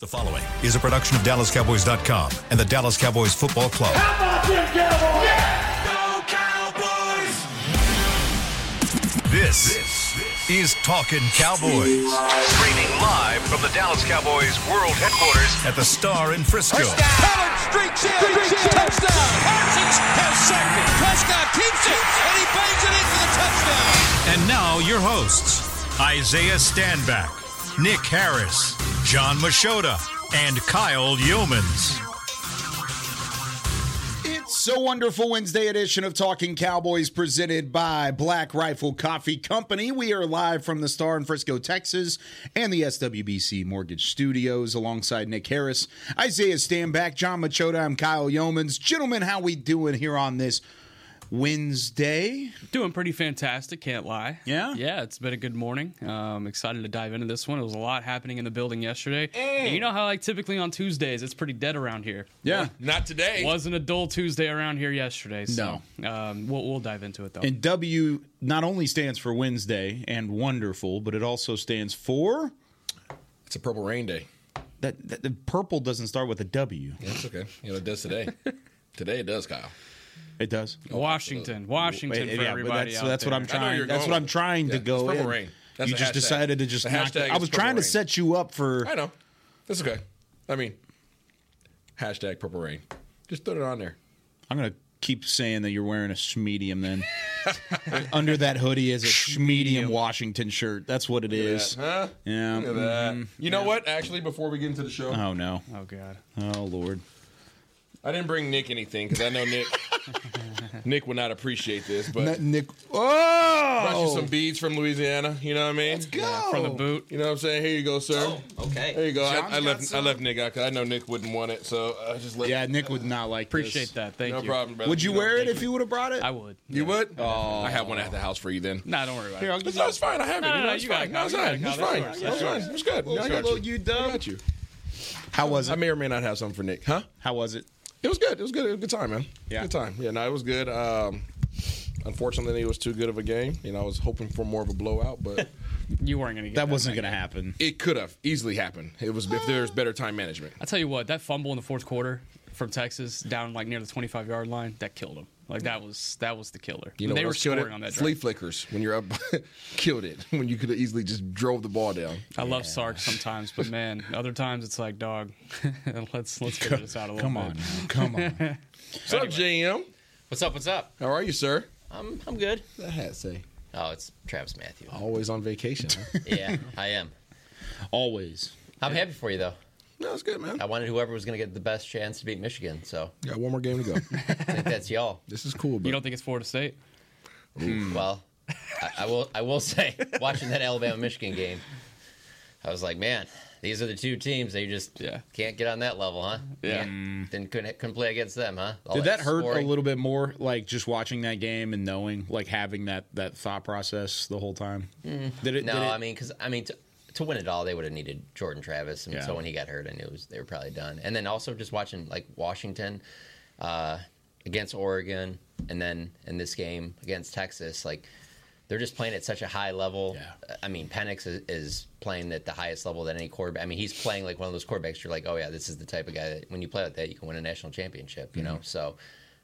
The following is a production of DallasCowboys.com and the Dallas Cowboys Football Club. How about them Cowboys? Go Cowboys! This, is Talking Cowboys. Streaming live from the Dallas Cowboys World Headquarters at the Star in Frisco. Howard streaks in. Touchdown. Parsons has sacked it. Prescott keeps it, and he bangs it in for the touchdown. And now, your hosts Isaiah Standback, Nick Harris, John Mashoda, and Kyle Yeomans. It's so wonderful Wednesday edition of Talking Cowboys presented by Black Rifle Coffee Company. We are live from the Star in Frisco, Texas, and the SWBC Mortgage Studios alongside Nick Harris, Isaiah Standback, John Machoda, I'm Kyle Yeomans. Gentlemen, how we doing here on this Wednesday? Doing pretty fantastic, can't lie. Yeah? Yeah, it's been a good morning. Um, excited to dive into this one. It was a lot happening in the building yesterday. And you know how, like, typically on Tuesdays, it's pretty dead around here. Yeah. Not today. Wasn't a dull Tuesday around here yesterday. So, um, we'll, we'll dive into it, though. And W not only stands for Wednesday and wonderful, but it also stands for It's a purple rain day. that, that the purple doesn't start with a W. That's okay. You know, it does today. today it does, Kyle. It does. Washington, Washington Wait, for yeah, but everybody. that's, out that's what there. I I'm know where trying. you're That's going what I'm with it. trying Yeah, to go it's in. Purple Rain. That's you the just hashtag. decided to just The knock. hashtag I is Purple was trying to Rain. set you up for. I know. That's okay. I mean, hashtag purple rain. Just put it on there. I'm gonna keep saying that you're wearing a schmedium then. Under that hoodie is a schmedium Washington shirt. That's what it is. Huh? Yeah. mm-hmm. Look at that. You know what? Actually, before we get into the show, Oh no. Mm-hmm. Oh, God. Oh lord. I didn't bring Nick anything because I know Nick. Nick would not appreciate this, but That Nick. brought you Oh. some beads from Louisiana. You know what I mean? From the boot. Oh, You know what I'm saying? Here you go, sir. okay. There you go. I, I left. I left Nick out 'cause I know Nick wouldn't want it, so I just let. Yeah, Nick would not like. Appreciate this. that. Thank no you. problem, brother. Would you know, wear it thank if you would have brought it? I would. You would? Oh. I have one at the house for you then. Nah, don't worry about it. It's, no, it's fine. I have No, it. you no, know, no, it's you got it, fine. No, Kyle. it's You got fine. it, Kyle. It's That works. fine. It's That fine. It's good. I got you. you I dumb. got you. How was I it? may or may not have something for Nick. Huh? How was it? It was good. It was good. It was a good time, man. Yeah. Good time. Yeah, no, it was good. Um, unfortunately, it was too good of a game. You know, I was hoping for more of a blowout, but You weren't going to get That wasn't tonight. gonna happen. it could have easily happened. It was if there's better time management. I tell you what, that fumble in the fourth quarter from Texas down like near the 25 yard line, that killed him. Like Mm. that was that was the killer. You know, And they what were else killed scoring it? on that drive. flea flickers when you're up, killed it when you could have easily just drove the ball down. I love Sark sometimes, but man, other times it's like, dog, let's let's figure this out a little Come bit. on. now. Come on. What's up, JM? What's up? What's up? How are you, sir? I'm I'm good. That hat say Oh, it's Travis Matthew. Oh. always on vacation. huh? Yeah, I am. Always. I'm happy for you though. no, it's good, man. I wanted whoever was going to get the best chance to beat Michigan, so Got one more game to go. I think that's y'all. this is cool, but You don't think it's Florida State? Hmm. Well, I, I will I will say watching that Alabama Michigan game, I was like, man, these are the two teams they just Yeah. can't get on that level, huh? Yeah. Can't- Didn't couldn't, couldn't play against them, huh? All Did that hurt scoring. a little bit more? Like just watching that game and knowing, like having that that thought process the whole time. Mm. Did it? No, did it- I mean, because I mean, to, to win it all, they would have needed Jordan Travis, and Yeah. so when he got hurt, I knew it was, they were probably done. And then also just watching like Washington uh, against Oregon, and then in this game against Texas, like they're just playing at such a high level. Yeah. I mean, Penix is, is playing at the highest level that any quarterback. I mean, he's playing like one of those quarterbacks. You're like, oh yeah, this is the type of guy that when you play like that, you can win a national championship. You know, so.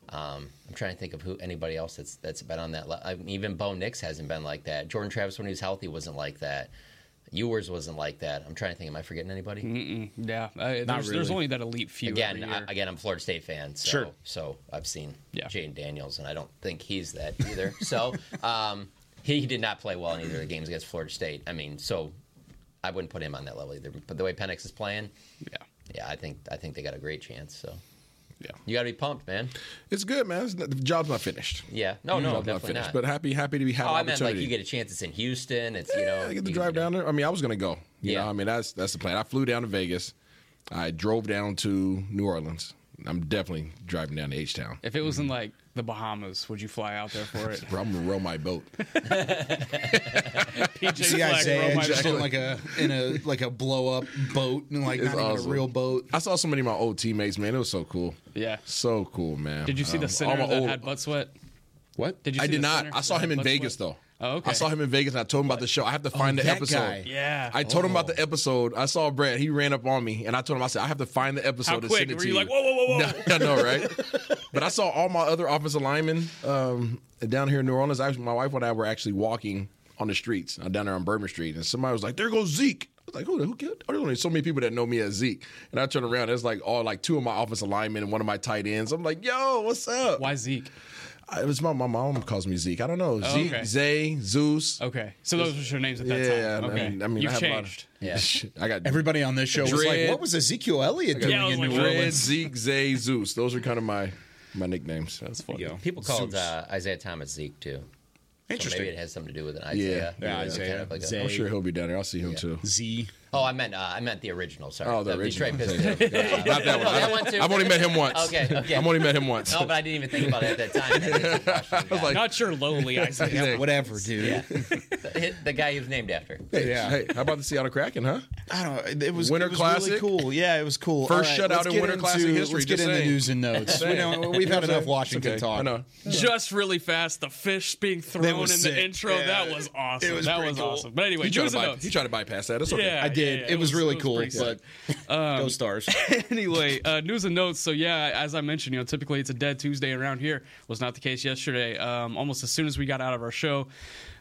Um, I'm trying to think of who anybody else that's that's been on that. Le- I mean, even Bo Nix hasn't been like that. Jordan Travis when he was healthy wasn't like that. Ewers wasn't like that. I'm trying to think. Am I forgetting anybody? Yeah. I- there's, there's really. only that elite few. Again, every I, year. again, I'm a Florida State fan. So, Sure. So I've seen Yeah. Jaden Daniels, and I don't think he's that either. so um, he, he did not play well in either of the games against Florida State. I mean, so I wouldn't put him on that level either. But the way Penix is playing, yeah. yeah, I think I think they got a great chance. So Yeah. you got to be pumped, man. it's good, man. It's not- the job's not finished. Yeah. No, no, job's not definitely finished, not. but happy, happy to be having oh, I meant opportunity. like you get a chance. It's in Houston. It's you know. Yeah, I get to you- drive down there. I mean, I was gonna go. You Yeah. know, I mean that's that's the plan. I flew down to Vegas. I drove down to New Orleans. I'm definitely driving down to H Town. If it was in like the Bahamas, would you fly out there for it? Bro, I'm gonna row my boat. PJ See Fleck, Isaiah row my just boat. in like a in a like a blow up boat and like It's not even awesome. a real boat. I saw so many of my old teammates, man. It was so cool. Yeah. So cool, man. Did you see Um, the all center my that old- had butt sweat? What? Did you I see did the not. center I saw that him had in butt Vegas sweat? though. Oh, okay. Oh, I saw him in Vegas and I told him about the show. I have to find the that episode. guy. Yeah. Oh. I told him about the episode. I saw Brad. He ran up on me and I told him, I said, I have to find the episode How and quick? send it Were to you you. like, whoa, whoa, whoa, whoa? I know, right? but I saw all my other offensive linemen um, down here in New Orleans. Actually, my wife and I were actually walking on the streets uh, down there on Bourbon Street, and somebody was like, "There goes Zeke." I was like, "Who? Who killed?" oh, There's only so many people that know me as Zeke. And I turned around, and it's like all like two of my offensive linemen and one of my tight ends. I'm like, "Yo, what's up?" Why Zeke? I, it was my my mom calls me Zeke. I don't know Oh, Zeke, okay. Zay, Zeus. Okay. So those were your names at that Yeah, time. I Okay. mean, I mean, You've I have changed. a lot of. I got Everybody on this show was like, Dread. "What was Ezekiel Elliott doing Yeah, I in was New like, Orleans?" Red, Zeke, Zay, Zeus. Those are kind of my my nicknames. That's funny. There you go. People called Zeus. uh, Isaiah Thomas Zeke too. So Interesting. maybe it has something to do with an Isaiah. Yeah, Kind Isaiah, of like a- Zay. I'm oh, sure he'll be down there. I'll see him too. Z. oh, I meant uh, I meant the original. Sorry, Oh, the Detroit original. Pistons. No, Not that one. that I- one too. I've only met him once. Okay, okay. I've only met him once. No, but I didn't even think about it at that time. I was like- Not your lowly Isaiah. Hey, Whatever, dude. the, the guy he was named after. hey, Yeah. hey, how about the Seattle Kraken, huh? I don't. know. It was Winter it was Classic? Really cool. Yeah, it was cool. First All shutout let's in get Winter into- Classic history, Let's get just into saying. news and notes. we don't, we've had enough Washington Okay, talk. I know. Just really fast, the fish being That thrown in was sick. the intro. Yeah. That was awesome. It was that pretty was cool. awesome. But anyway, He tried, news to and by, notes. he tried to bypass that. It's okay. Yeah. I did. yeah, it, it was, was- really it was cool. pretty but Um, Go Stars. anyway, uh, news and notes. So yeah, as I mentioned, you know, typically it's a dead Tuesday around here. Was not the case yesterday. Um, almost as soon as we got out of our show,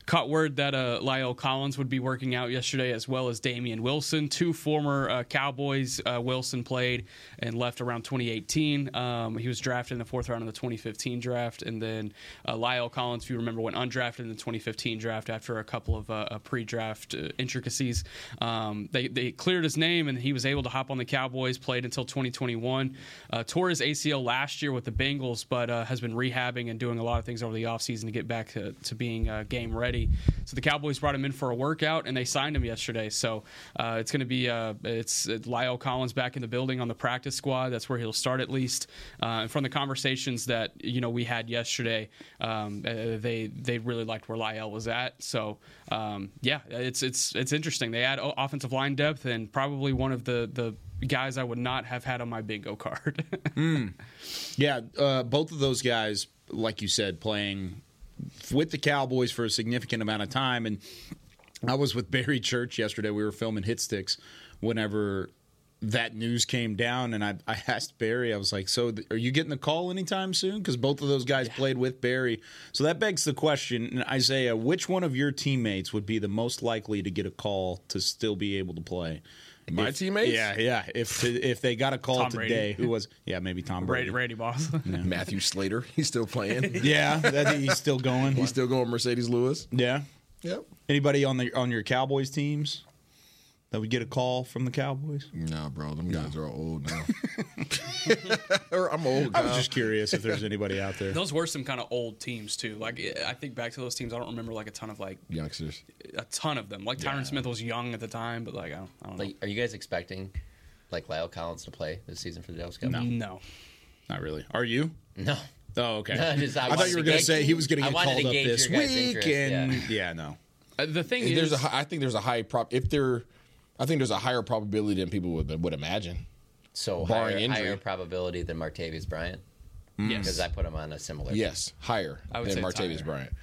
caught word that uh, Lyle Collins would be working out yesterday, as well as Damian Wilson, two former uh, Cowboys. Uh, Wilson played and left around 2018. Um, he was drafted in the fourth round of the 2015 draft, and then uh, Lyle Collins, if you remember, went undrafted in the 2015 draft after a couple of uh, uh, pre-draft uh, intricacies. Um, they they cleared his name, and he was able to hop on the Cowboys. Played until 2021. Uh, tore his ACL last year with the Bengals, but uh, has been rehabbing and doing a lot of things over the offseason to get back to, to being uh, game ready. So the Cowboys brought him in for a workout, and they signed him yesterday. So uh, it's going to be uh, it's uh, Lyle Collins back in the building on the practice squad. That's where he'll start at least. Uh, and from the conversations that you know we had yesterday, um, uh, they they really liked where Lyle was at. So um, yeah, it's it's it's interesting. They add o- offensive line depth and probably one of the the guys I would not have had on my bingo card. Yeah, uh, both of those guys, like you said, playing with the Cowboys for a significant amount of time. And I was with Barry Church yesterday. We were filming Hit Sticks whenever that news came down. And I, I asked Barry, I was like, So th- are you getting the call anytime soon? Because both of those guys played with Barry. So that begs the question, and Isaiah, which one of your teammates would be the most likely to get a call to still be able to play? My If- teammates? yeah, yeah. If if they got a call Tom Brady. today, who was? Yeah, maybe Tom Brady, Brady Brady. Boss. Matthew Slater. He's still playing. Yeah, that, he's still going. he's still going Mercedes Lewis. yeah. Yep. Anybody on the on your Cowboys teams that would get a call from the Cowboys? Nah, bro. Them guys are old now. or I'm old. I was just curious if there's anybody out there. Those were some kind of old teams too. Like I think back to those teams, I don't remember like a ton of like youngsters. a ton of them. Like Tyron Smith was young at the time, but like I don't, I don't Like, are you guys expecting like Lyle Collins to play this season for the Dallas know. Cowboys? No. Not really. Are you? No. Oh, okay. I just- I I, thought wanted you were to going to gauge- say he was going I to get wanted called to up gauge this your guys' week, interest, and yeah. no. Uh, the thing is, There's a. hi- I think there's a high prop. If there, I think there's a higher probability than people would would imagine. So Barring higher, injury. higher probability than Martavius Bryant. Because I put him on a similar. Yes, higher I would than say it's Martavius higher. Bryant.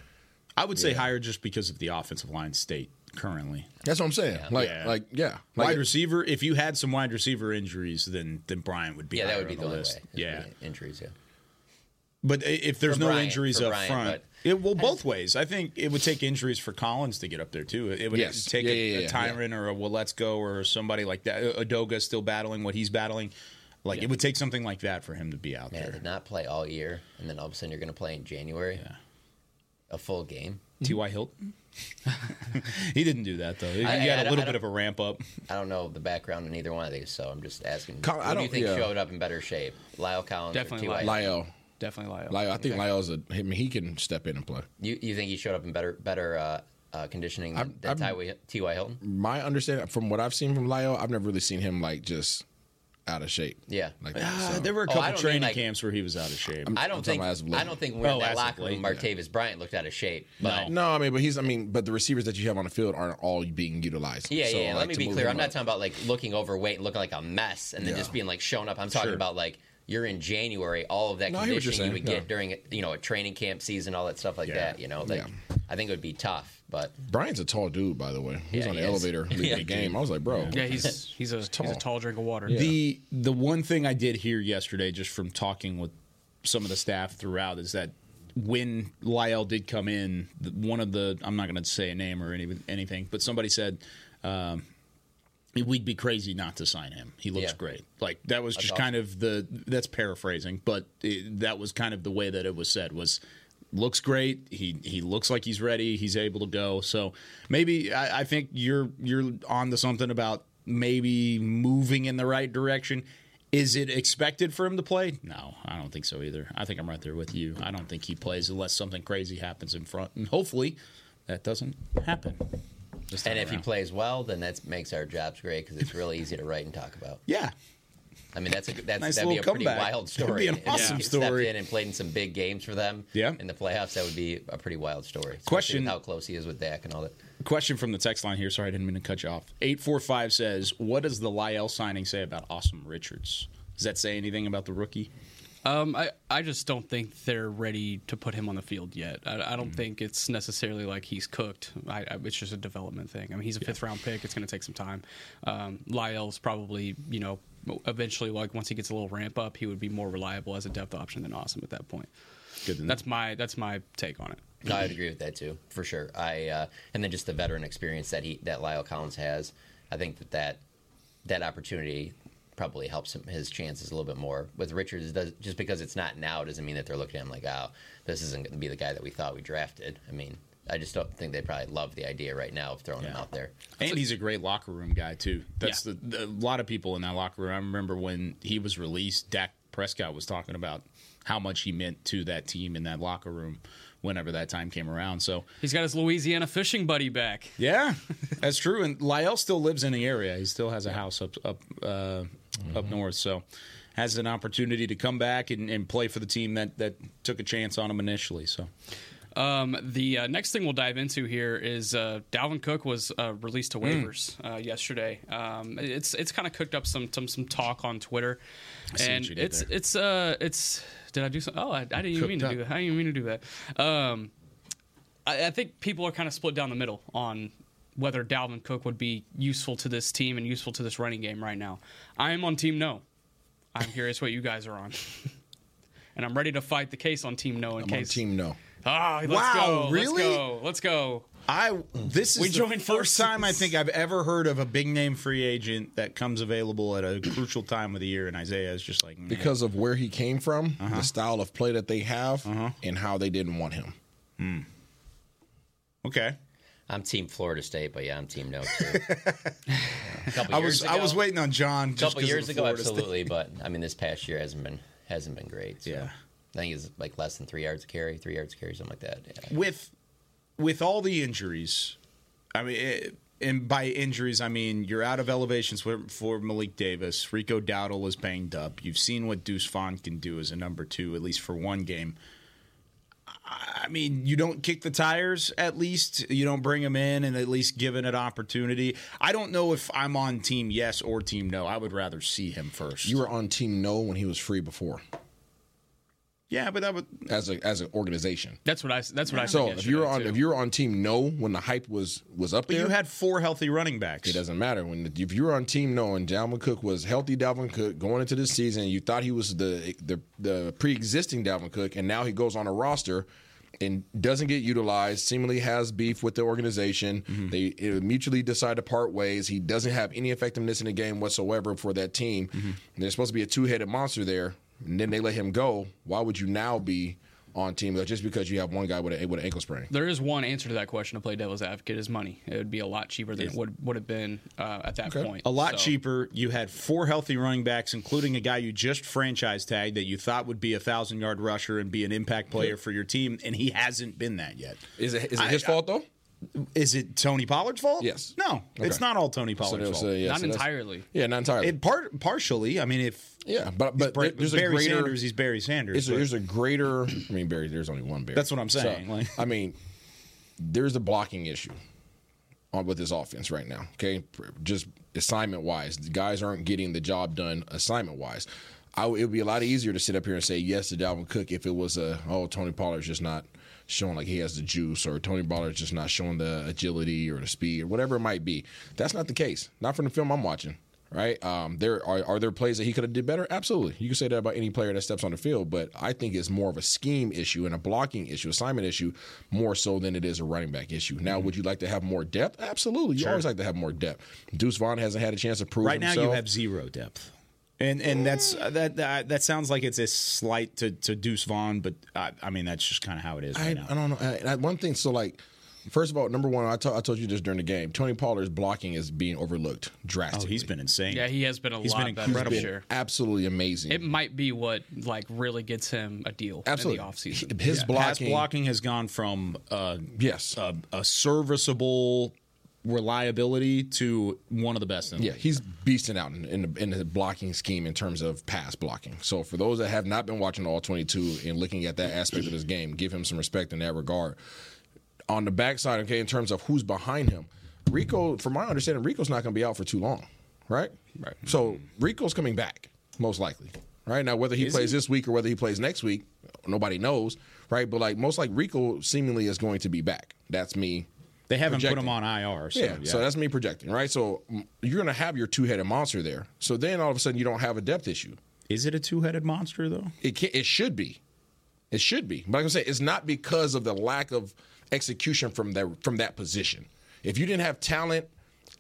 I would say higher just because of the offensive line state currently. That's what I'm saying. Like, Yeah. like, yeah. Like, Wide receiver. If you had some wide receiver injuries, then then Brian would be. Yeah, that higher would be on the, the only list. way. is Yeah, the Injuries. Yeah. But i- if there's For no Bryant- injuries for up Bryant, front, but- it will both ways. I think it would take injuries for Collins to get up there too. It would Yes. take Yeah, a, yeah, a yeah, Tyron or a Willetsko or somebody like that. Uh, Adoga still battling what he's battling. Like it would take something like that for him to be out Man, there. to not play all year, and then all of a sudden you're going to play in January, a full game. T.Y. Hilton. he didn't do that though. He, I- he I- I had a don't- little I bit don't- of a ramp up. I don't know the background in either one of these, so I'm just asking. Col- I who do you don't- think yeah. showed up in better shape, Lyle Collins Definitely or T.Y. Lyle. definitely Lyle. Lyle. I think Lyle's a. I mean, he can step in and play. You you think he showed up in better better uh, uh, conditioning than, than Ty- T.Y. Hilton? My understanding from what I've seen from Lyle, I've never really seen him like just out of shape. Yeah. Like Uh, so. there were a Oh, I couple don't mean, training like- camps where he was out of shape. I don't I'm talking think about as of late. I don't think when we Oh, in that as of locker room, late, Martavis Bryant looked out of shape. But No, I mean, but he's. I mean, but the receivers that you have on the field aren't all being utilized. yeah, So, yeah. like, let me to be move clear. him I'm not up- talking about like looking overweight, and looking like a mess, and then Yeah. just being like shown up. I'm talking about like you're in January, all of that No, I hear what you're conditioning you saying, would yeah. get during you know a training camp season, all that stuff like that. You know, like Yeah. I think it would be tough, but Brian's a tall dude, by the way. He was Yeah, on he the is. elevator leaving Yeah. the game. I was like, bro. Yeah, he's he's a he's a tall drink of water. The the one thing I did hear yesterday, just from talking with some of the staff throughout, is that when Lyle did come in, the- one of the I'm not going to say a name or any, anything, but somebody said um, we'd be crazy not to sign him. He looks Yeah. great. Like that was just awesome. kind of the that's paraphrasing, but it, that was kind of the way that it was said was. Looks great. He he looks like he's ready. He's able to go. So maybe I, I think you're you're on to something about maybe moving in the right direction. Is it expected for him to play? No, I don't think so either. I think I'm right there with you. I don't think he plays unless something crazy happens in front, and hopefully that doesn't happen. this time and if he around. plays well, then that makes our jobs great because it's really easy to write and talk about. yeah, I mean, that's a that's Nice that'd be a little pretty comeback. wild That'd story. be an If he awesome Stepped story. in and played in some big games for them. Yeah. in the playoffs, that would be a pretty wild story. especially Question- with how close he is with Dak and all that. Question from the text line here. Sorry, I didn't mean to cut you off. 845 says, What does the Lyell signing say about Awesome Richards? Does that say anything about the rookie? Um, I, I just don't think they're ready to put him on the field yet. I, Mm-hmm. I don't think it's necessarily like he's cooked. I, I, it's just a development thing. I mean, he's a fifth round pick. It's going to take some time. Um, Lyle's probably, you know, eventually, like once he gets a little ramp up, he would be more reliable as a depth option than Awesome at that point. Good Mm. to know. That's my that's my take on it. No, I'd agree with that too, for sure. I uh, and then just the veteran experience that he that Lyle Collins has, I think that that, that opportunity probably helps him his chances a little bit more. With Richards, does, just because it's not now doesn't mean that they're looking at him like, oh, this isn't going to be the guy that we thought we drafted. I mean, I just don't think they probably love the idea right now of throwing him Yeah. out there. And he's a great locker room guy, too. That's Yeah. the, the, a lot of people in that locker room. I remember when he was released, Dak Prescott was talking about how much he meant to that team in that locker room whenever that time came around. So, He's got his Louisiana fishing buddy back. yeah, that's true. And Lyell still lives in the area. He still has a house up up uh, Mm-hmm. up north, so has an opportunity to come back and, and play for the team that that took a chance on him initially. So Um, the uh, next thing we'll dive into here is uh, Dalvin Cook was uh, released Hmm. to waivers uh, yesterday. Um, it's it's kind of cooked up some, some some talk on Twitter, see and what you did it's there. it's uh it's did I do something? Oh, I, I didn't even mean to Cooked do up. that. I didn't even mean to do that. Um, I, I think people are kind of split down the middle on whether Dalvin Cook would be useful to this team and useful to this running game right now. I am on team no. I'm curious what you guys are on. And I'm ready to fight the case on Team No in I'm on case team no. Ah, let's Wow, go. really? Let's go. Let's go. I this is We the joined first forces. time I think I've ever heard of a big name free agent that comes available at a crucial time of the year, and Isaiah is just like "Mm, "Nah." Because of where he came from, the style of play that they have, and how they didn't want him. okay. I'm Team Florida State, but yeah, I'm Team No. Too. A couple I years was I was ago- waiting on John A just couple 'cause of years the ago, Florida State- absolutely, but I mean, this past year hasn't been hasn't been great. so. Yeah. I think it's like less than three yards a carry, three yards a carry, something like that. Yeah. with with all the injuries, I mean, it, and by injuries I mean you're out of elevations for, for Malik Davis. Rico Dowdle is banged up. You've seen what Deuce Font can do as a number two, at least for one game. I I mean, you don't kick the tires. At least you don't bring him in and at least give it an opportunity. I don't know if I'm on team yes or team no. I would rather see him first. You were on team no when he was free before, yeah, but that would as a as an organization. That's what I. That's what I. So said if you were on yesterday, if too. you were on team no when the hype was was up but there, you had four healthy running backs. It doesn't matter when if you were on team knowing Dalvin Cook was healthy Dalvin Cook going into this season, you thought he was the the, the pre-existing Dalvin Cook, and now he goes on a roster and doesn't get utilized. Seemingly has beef with the organization. They uh, mutually decide to part ways. He doesn't have any effectiveness in the game whatsoever for that team. And there's supposed to be a two-headed monster there, and then they let him go. Why would you now be on team just because you have one guy with a with an ankle sprain? there is one answer to that question to play devil's advocate is money. It would be a lot cheaper than it would would have been uh, at that point. A lot So, cheaper. You had four healthy running backs, including a guy you just franchise tagged that you thought would be a thousand yard rusher and be an impact player for your team, and he hasn't been that yet. Is it is it I- his I- fault though? Is it Tony Pollard's fault? Yes. No, it's Okay. not all Tony So Pollard's there was fault. a- uh, yeah, Not so that's- entirely. Yeah, not entirely. It part partially. I mean, if Yeah, but but Bra- there- there's Barry a greater Sanders, he's Barry Sanders. there's a, but there's a greater. I mean, Barry. There's only one Barry. That's what I'm saying, like- I mean, there's a blocking issue on with this offense right now. Okay, just assignment wise, the guys aren't getting the job done assignment wise. I w- it would be a lot easier to sit up here and say yes to Dalvin Cook if it was a oh Tony Pollard's just not showing like he has the juice, or Tony Ballard's just not showing the agility or the speed or whatever it might be. That's not the case. Not from the film I'm watching. Right? Um, there are are there plays that he could have did better? Absolutely. You can say that about any player that steps on the field, but I think it's more of a scheme issue and a blocking issue, assignment issue, more so than it is a running back issue. Now, would you like to have more depth? Absolutely. You always like to have more depth. Deuce Vaughn hasn't had a chance to prove Right now, himself. Eh. you have zero depth. And and that's that, that that sounds like it's a slight to, to Deuce Vaughn, but I, I mean that's just kind of how it is right I, now. I don't know. I, I, one thing, so like, first of all, number one, I to- I told you this during the game. Tony Pollard's blocking is being overlooked oh, drastically. he's been insane. Yeah, he has been a He's lot been better incredible. this year. absolutely amazing. It might be what like really gets him a deal absolutely in the offseason. His Pass blocking, blocking has gone from uh, yes, a, a serviceable reliability to one of the best in the yeah, league. he's beasting out in, in, the, in the blocking scheme in terms of pass blocking. So for those that have not been watching all twenty-two and looking at that aspect of his game, give him some respect in that regard. On the backside, okay, in terms of who's behind him, Rico, from my understanding, Rico's not going to be out for too long, right? Right. So Rico's coming back most likely, right? Now whether he plays this week or whether he plays next week, nobody knows, right? But like most like Rico seemingly is going to be back. That's me They haven't put Projecting. him on IR. So, yeah, so that's me projecting, right? So mm, you're going to have your two-headed monster there. So then all of a sudden you don't have a depth issue. is it a two headed monster though? It can, it should be, it should be. But like I say, it's not because of the lack of execution from that from that position. If you didn't have talent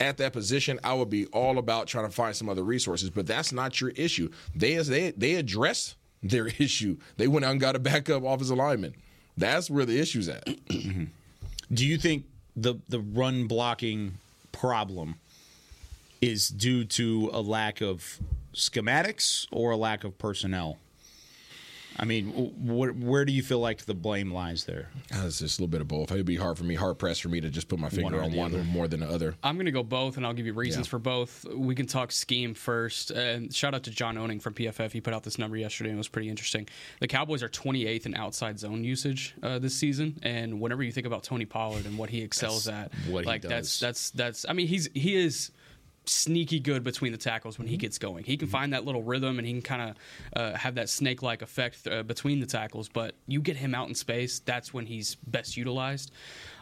at that position, I would be all about trying to find some other resources. But that's not your issue. They as they they addressed their issue. They went out and got a backup offensive lineman. That's where the issue's at. Do you think the the run blocking problem is due to a lack of schematics or a lack of personnel? I mean, wh- wh- where do you feel like the blame lies there? Ah, It's just a little bit of both. It'd be hard for me, hard pressed for me to just put my finger or on the one more than the other. I'm going to go both, and I'll give you reasons Yeah. for both. We can talk scheme first. And shout out to John Owning from PFF. He put out this number yesterday, and it was pretty interesting. The Cowboys are 28th in outside zone usage uh, this season, and whenever you think about Tony Pollard and what he excels at, what he like does. that's that's that's. I mean, he's he is sneaky good between the tackles when he gets going. He can find that little rhythm, and he can kind of uh, have that snake-like effect uh, between the tackles. But you get him out in space, that's when he's best utilized.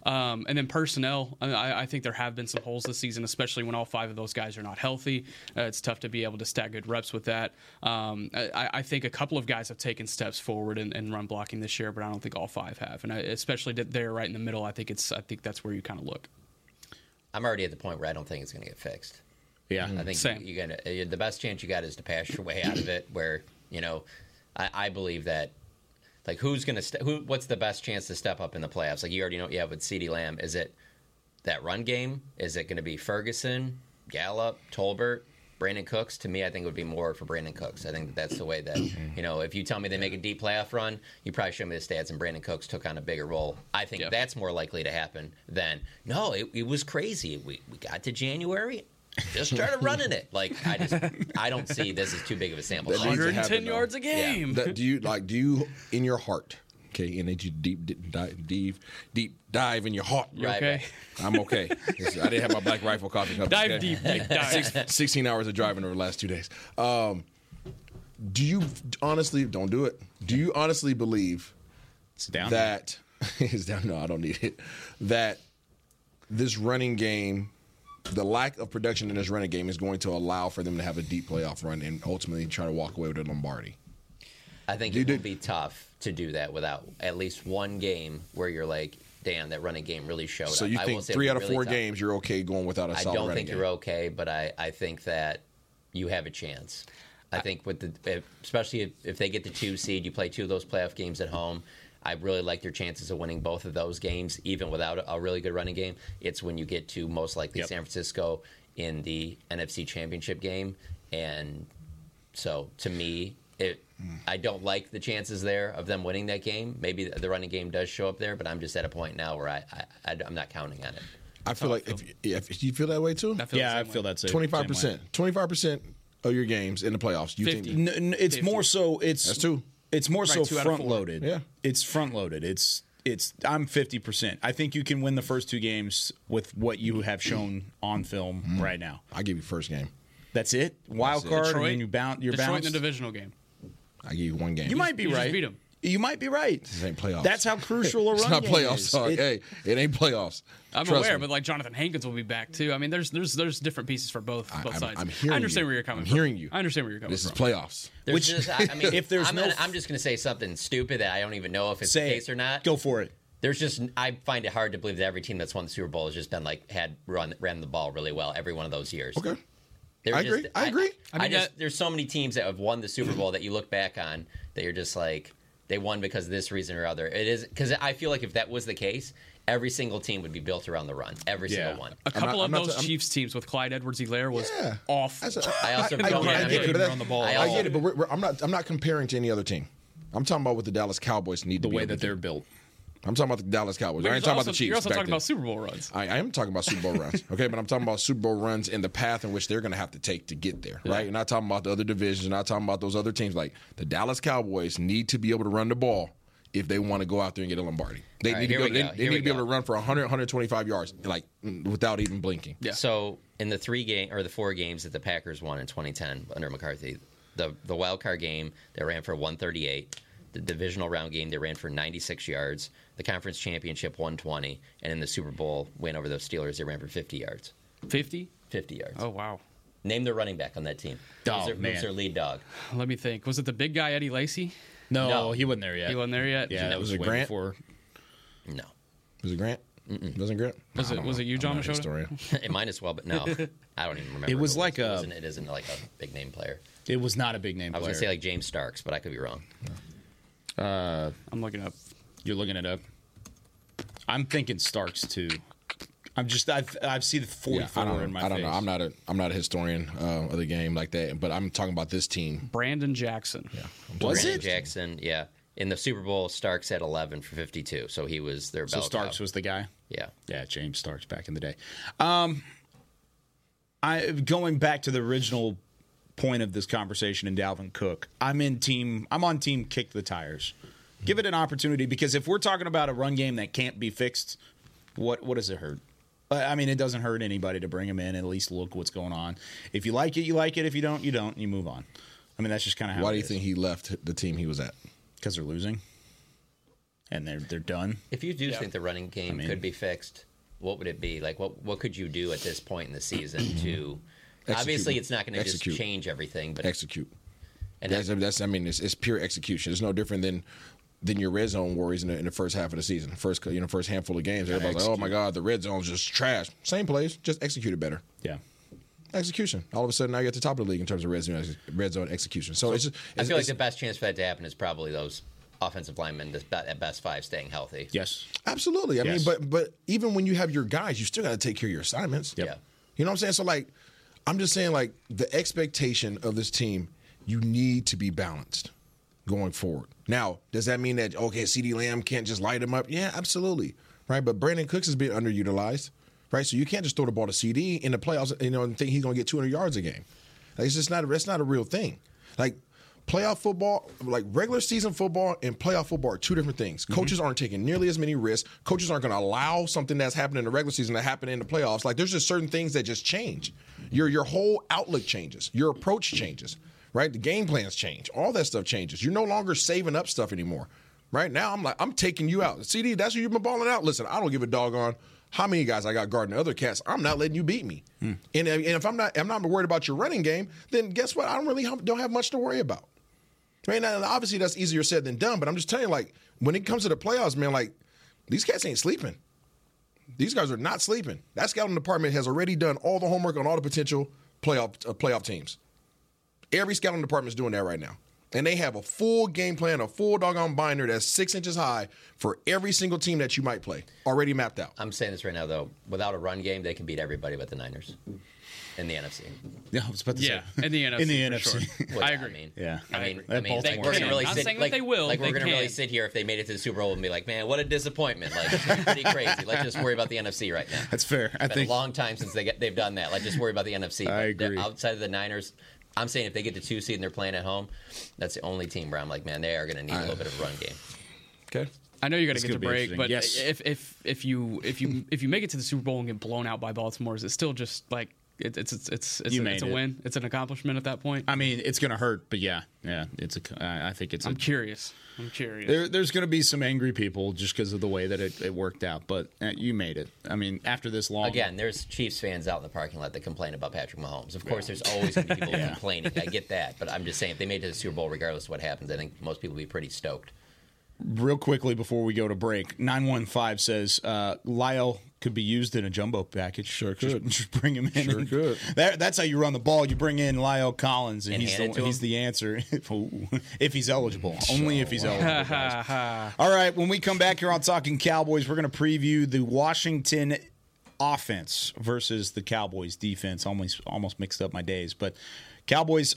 Um, and then personnel, I, I I think there have been some holes this season, especially when all five of those guys are not healthy. Uh, it's tough to be able to stack good reps with that. Um, I, I think a couple of guys have taken steps forward in, in run blocking this year, but I don't think all five have. And I, especially that they're right in the middle, I think it's I think that's where you kind of look. I'm already at the point where I don't think it's going to get fixed. Yeah, I think Same. you, are gonna uh, the best chance you got is to pass your way out of it. Where you know, I, I believe that. Like who's gonna st- who? What's the best chance to step up in the playoffs? Like you already know, yeah. With Ceedee Lamb, is it that run game? Is it going to be Ferguson, Gallup, Tolbert, Brandon Cooks? To me, I think it would be more for Brandon Cooks. I think that that's the way that Mm-hmm. you know. If you tell me they make a deep playoff run, you probably show me the stats, and Brandon Cooks took on a bigger role. I think Yeah. that's more likely to happen than no. It, it was crazy. We we got to January. Just started running it. Like I just, I don't see this as too big of a sample. That size. needs to 110 happen, though. yards a game. That- do you like? Do you in your heart? Okay, and did you deep di- dive, deep, deep dive in your heart? Right, okay. right. I'm okay. It's- I didn't have my black rifle coffee cup. Dive okay? deep, Nick, dive. Sixteen hours of driving over the last two days. Um, do you honestly? Don't do it. Do you honestly believe it's down. that is down? No, I don't need it. That this running game, the lack of production in this running game, is going to allow for them to have a deep playoff run and ultimately try to walk away with a Lombardi. I think it would be tough to do that without at least one game where you're like, damn, that running game really showed So up. you I will think say three it'd out be of really four tough. games you're okay going without a I solid don't running think game? you're okay, but I, I think that you have a chance. I think with the if- especially if, if they get the two seed, you play two of those playoff games at home. I really like their chances of winning both of those games, even without a, a really good running game. It's when you get to most likely San Francisco in the NFC Championship game, and so to me, it Hmm. I don't like the chances there of them winning that game. Maybe the the running game does show up there, but I'm just at a point now where I, I, I I'm not counting on it. I feel like if, if you feel that way too, I feel the yeah, I same way. feel that's twenty five percent, twenty five percent of your games in the playoffs, you think N- n- it's 50. more so it's That's two. It's more so two out of front four. loaded. Yeah. It's front loaded. It's it's I'm 50%. I think you can win the first two games with what you have shown on film right now. I give you first game, That's it. Wild Mm-hmm. it. card and Detroit- then you bounce you're Detroit in bounced. the divisional game. I give you one game. You might be You just right. beat 'em. You might be right. This ain't playoffs. That's how crucial a run It's not game playoffs. is. Sorry. It- hey, it ain't playoffs. I'm Trust aware, me. but like Jonathan Hankins will be back too. I mean, there's there's there's different pieces for both I- both I'm- sides. I'm hearing I understand you. where you're coming I'm from. hearing you. I understand where you're coming this is from. playoffs. There's Which- just, I, I mean, if there's I'm, no gonna, f- I'm just going to say something stupid that I don't even know if it's Say the it. case or not. Go for it. There's just, I find it hard to believe that every team that's won the Super Bowl has just been like had run ran the ball really well every one of those years. Okay. They're I agree. I agree. I, mean, just that- there's so many teams that have won the Super Bowl that you look back on that you're just like they won because of this reason or other. It is because I feel like if that was the case, every single team would be built around the run. Every Yeah. single one. A couple not- of I'm not- those I'm- Chiefs teams with Clyde Edwards-Helaire was Yeah. awful. That's a- I also I- I don't get it, have I get it, but on the that- ball. I I also- get it, but we're, we're- I'm not. I'm not comparing to any other team. I'm talking about what the Dallas Cowboys need The to be way able to that they're do. built. I'm talking about the Dallas Cowboys. I You're ain't talking also- about the Chiefs. You're also back talking then. about Super Bowl runs. I, I am talking about Super Bowl runs, okay? But I'm talking about Super Bowl runs and the path in which they're going to have to take to get there, right? You're not talking about the other divisions, you're not talking about those other teams. Like the Dallas Cowboys need to be able to run the ball if they want to go out there and get a Lombardi. All They right, need to here be we able, they, go, they here need we to be go. able to run for 100, 125 yards, like mm, without even blinking. Yeah. So in the three game or the four games that the Packers won in 2010 under McCarthy, the the wild card game they ran for 138, the divisional round game they ran for 96 yards, the conference championship 120, and in the Super Bowl win over those Steelers they ran for 50 yards. 50? 50 yards. Oh, wow. Name their running back on that team. Oh, who's, their, man. who's their lead dog? Let me think. Was it the big guy, Eddie Lacy? No, No. he wasn't there yet. He wasn't there yet? Yeah, that was, Was it way Grant? before. No. Was it Grant? Wasn't Grant? Was it Nah, I don't was know. it you, I'm John not a Machado? historian. it might as well, but no. I don't even remember. It who was like It a- wasn't, it isn't like a big name player. It was not a big name I was player. going to say like James Starks, but I could be wrong. I'm looking up. You're looking it up. I'm thinking Starks too. I'm just I've I've seen the Yeah, 44 I don't, in my I don't face. know. I'm not a I'm not a historian uh, of the game like that, but I'm talking about this team. Brandon Jackson. Yeah, Was I'm talking it? Brandon about this team. Jackson, yeah. In the Super Bowl, Starks had 11 for 52, so he was their so bell Starks cow. was the guy. yeah. Yeah, James Starks back in the day. Um, I going back to the original point of this conversation in Dalvin Cook. I'm in team. I'm on team. Kick the tires. Give it an opportunity because if we're talking about a run game that can't be fixed, what what does it hurt? Uh, I I mean, it doesn't hurt anybody to bring him in. and At least look what's going on. If you like it, you like it. If you don't, you don't. And you move on. I mean, that's just kind of how. Why do you think he left the team he was at? Because they're losing, and they're they're done. If you do think the running game could be fixed, what would it be? Like, what what could you do at this point in the season to. Obviously, it's not going to just Execute. change everything, but Execute. and That's, that's I mean, it's, it's pure execution. It's no different than than your red zone worries in the, in the first half of the season, first you know first handful of games. Everybody's like, oh my god, the red zone's just trash. Same plays, just execute it better. Yeah. Execution. All of a sudden, now you're at the top of the league in terms of red zone red zone execution. So it's just I it's, feel like the it's- best chance for that to happen is probably those offensive linemen that's about- at best five staying healthy. Yes. absolutely. I Yes. mean, but but even when you have your guys, you still got to take care of your assignments. Yep. Yeah. You know what I'm saying? So like, I'm just saying like the expectation of this team, you need to be balanced going forward. Now, does that mean that okay, CD Lamb can't just light him up? Yeah, absolutely. Right, but Brandon Cooks has been underutilized. Right, so you can't just throw the ball to CD in the playoffs, you know, and think he's going to get 200 yards a game. Like, it's just not that's not a real thing. Like playoff football, like regular season football and playoff football are two different things. Coaches aren't taking nearly as many risks. Coaches aren't going to allow something that's happened in the regular season to happen in the playoffs. Like there's just certain things that just change. Your your whole outlook changes. Your approach changes. Right? The game plans change. All that stuff changes. You're no longer saving up stuff anymore. Right now, I'm like, I'm taking you out. CD, that's who you've been balling out. Listen, I don't give a doggone how many guys I got guarding other cats. I'm not letting you beat me. And, and if I'm not, I'm not worried about your running game. Then guess what? I don't really don't have much to worry about. I mean, now, obviously that's easier said than done. But I'm just telling you, like when it comes to the playoffs, man, like these cats ain't sleeping. These guys are not sleeping. That scouting department has already done all the homework on all the potential playoff uh, playoff teams. Every scouting department's doing that right now. And they have a full game plan, a full doggone binder that's six inches high for every single team that you might play, already mapped out. I'm saying this right now, though. Without a run game, they can beat everybody but the Niners in the NFC. Yeah, I was about to Yeah, say. in the NFC. In the for NFC. sure. Well, I yeah, agree. I mean, Yeah. I mean, That I mean, like, Baltimore we're team. gonna really Not sit, saying that like, they will, Like, they we're gonna really can. sit here if they made it to the Super Bowl and be like, man, what a disappointment! Like, it's pretty crazy. Let's just worry about the NFC right now. That's fair. I It's been think a long time since they get, they've done that. Like, just worry about the NFC. I But they're agree. Outside of the Niners, I'm saying if they get the two seed and they're playing at home, that's the only team where I'm like, man, they are gonna need a Uh, little bit of a run game. Okay. I know you got to This get to could be break, interesting. but Yes. if if if you if you if you make it to the Super Bowl and get blown out by Baltimore, is it still just like it, it's it's it's it's, You a, made it's a it. win. It's an accomplishment at that point. I mean, it's gonna hurt, but yeah, yeah, it's a. I I think it's. A, I'm curious. I'm curious. there, there's gonna be some angry people just because of the way that it, it worked out, but uh, you made it. I mean, after this um, long Again, there's Chiefs fans out in the parking lot that complain about Patrick Mahomes. Of course, there's always going to be people complaining. I get that, but I'm just saying if they made it to the Super Bowl, regardless of what happens, I think most people would be pretty stoked. real quickly before we go to break, 915 says uh, Lyle could be used in a jumbo package. Sure could. Just, just bring him in. Sure could. That, that's how you run the ball. You bring in Lyle Collins, and, And he's, hand the, it to he's him? the answer. Ooh. if he's eligible. Only if he's eligible. Ha, ha, ha. All right, when we come back here on Talking Cowboys, we're going to preview the Washington offense versus the Cowboys defense. Almost almost mixed up my days, but Cowboys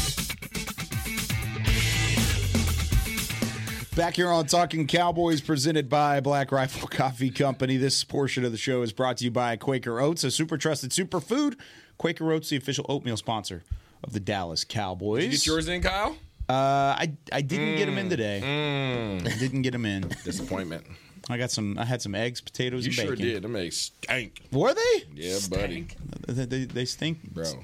Back here on Talking Cowboys, presented by Black Rifle Coffee Company. This portion of the show is brought to you by Quaker Oats, a super trusted superfood. Quaker Oats, the official oatmeal sponsor of the Dallas Cowboys. Get yours in, Kyle. Mm, Uh, I I didn't get them in today. I didn't get them in. Disappointment. I got some. I had some eggs, potatoes, You and bacon. sure did. That makes stank. Were they? Yeah, buddy. They, they, they stink, Bro.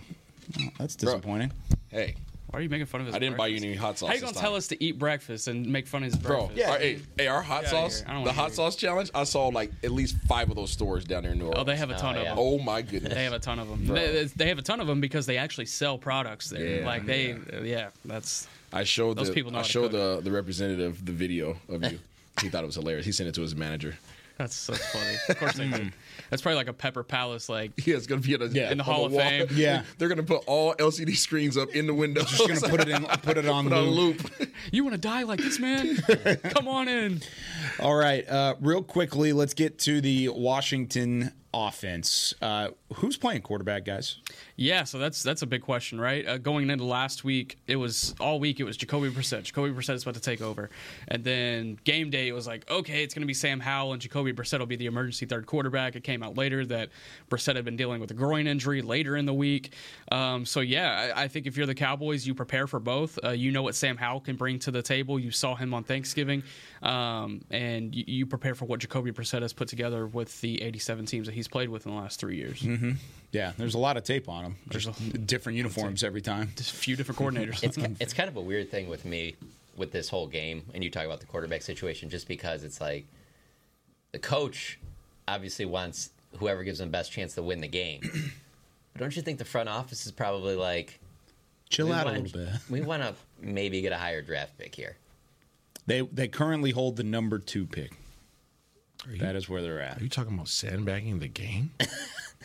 That's disappointing. Hey, Why are you making fun of his? I didn't buy you breakfast? any hot sauce. How you this gonna time. tell us to eat breakfast and make fun of his Bro, breakfast? our- hey, hey, our hot Get outta sauce, here. I don't the wanna hot hear sauce challenge, I saw like at least five of those stores down there in New Orleans. Oh, they have a ton Oh, of yeah. them. Oh my goodness. They have a ton of them. They, they have a ton of them because they actually sell products there. Yeah, like they, uh, yeah. that's I showed Those the, people know I how to showed the, the representative the video of you. he thought it was hilarious. He sent it to his manager. that's so funny. Of course Hmm. they do. That's probably like a Pepper Palace. Like Yeah, it's gonna be in, a, Yeah. In the on Hall of wall. Fame. Yeah. they're gonna put all LCD screens up in the window. Just gonna put it in. Put it on. on loop. loop. you want to die like this, man? Come on in. All right. Uh, real quickly, let's get to the Washington offense. Uh, who's playing quarterback, guys? Yeah, so that's that's a big question, right? Uh, going into last week, it was all week it was Jacoby Brissett. Jacoby Brissett's about to take over, and then game day it was like, okay, it's going to be Sam Howell and Jacoby Brissett will be the emergency third quarterback. It came out later that Brissett had been dealing with a groin injury later in the week. Um, so yeah, I, I think if you're the Cowboys, you prepare for both. Uh, you know what Sam Howell can bring to the table. You saw him on Thanksgiving, um, and you, you prepare for what Jacoby Brissett has put together with the 87 teams that he's played with in the last three years. Yeah, there's a lot of tape on him. There's a- different uniforms every time. Just a few different coordinators. It's ki- it's kind of a weird thing with me with this whole game, and you talk about the quarterback situation, just because it's like the coach obviously wants whoever gives them the best chance to win the game. But don't you think the front office is probably like Chill we out a want- little bit. We want to maybe get a higher draft pick here. They they currently hold the number two pick. you- that is where they're at. Are you talking about sandbagging the game?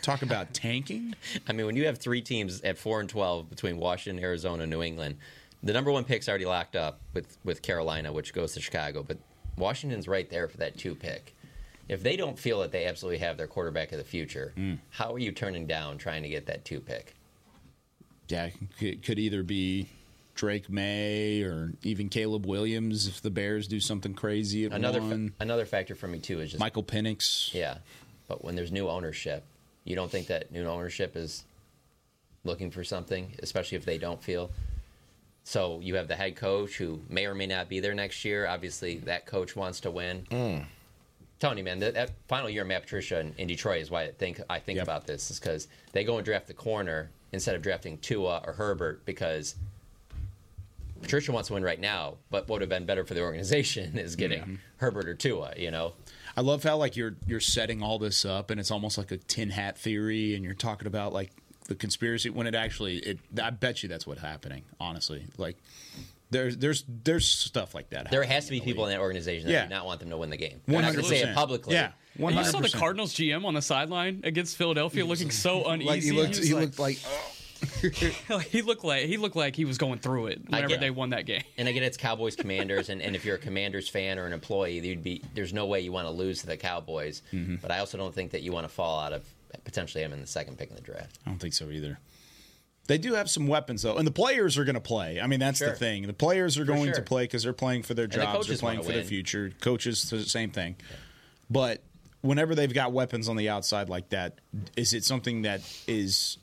Talk about tanking. I mean, when you have three teams at four and twelve between Washington, Arizona, New England, the number one pick's already locked up with with Carolina, which goes to Chicago. But Washington's right there for that two pick. If they don't feel that they absolutely have their quarterback of the future, how are you turning down trying to get that two pick? Yeah, it could either be Drake May or even Caleb Williams if the Bears do something crazy at Another fa- one. another factor for me too is just Michael Penix. Yeah, but when there's new ownership, you don't think that new ownership is looking for something, especially if they don't feel. So you have the head coach who may or may not be there next year. Obviously, that coach wants to win. Tony, man, that, that final year of Matt Patricia in, in Detroit is why I think I think about this is because they go and draft the corner instead of drafting Tua or Herbert because Patricia wants to win right now. But what would have been better for the organization is getting Herbert or Tua. You know, I love how like you're you're setting all this up, and it's almost like a tin hat theory, and you're talking about like the conspiracy when it actually it. I bet you that's what's happening. Honestly, like there's there's there's stuff like that. There has to be people in that organization that Yeah. do not want them to win the game. They're not going to say it 100%. publicly. Yeah. And You saw the 100%. Cardinals GM on the sideline against Philadelphia, looking so uneasy. he looked- was he like- looked like, he looked like he looked like he was going through it I whenever get- they won that game. And again, it's Cowboys Commanders, and, and if you're a Commanders fan or an employee, you'd be there's no way you want to lose to the Cowboys. Mhm. But I also don't think that you want to fall out of potentially him in the second pick in the draft. I don't think so either. They do have some weapons though, and the players are going to play. I mean, that's the Sure. thing. The players are For going to sure. play because they're playing for their And the jobs, they're coaches wanna playing for their win. future. Coaches, the same thing. But whenever they've got weapons on the outside like that, is it something that is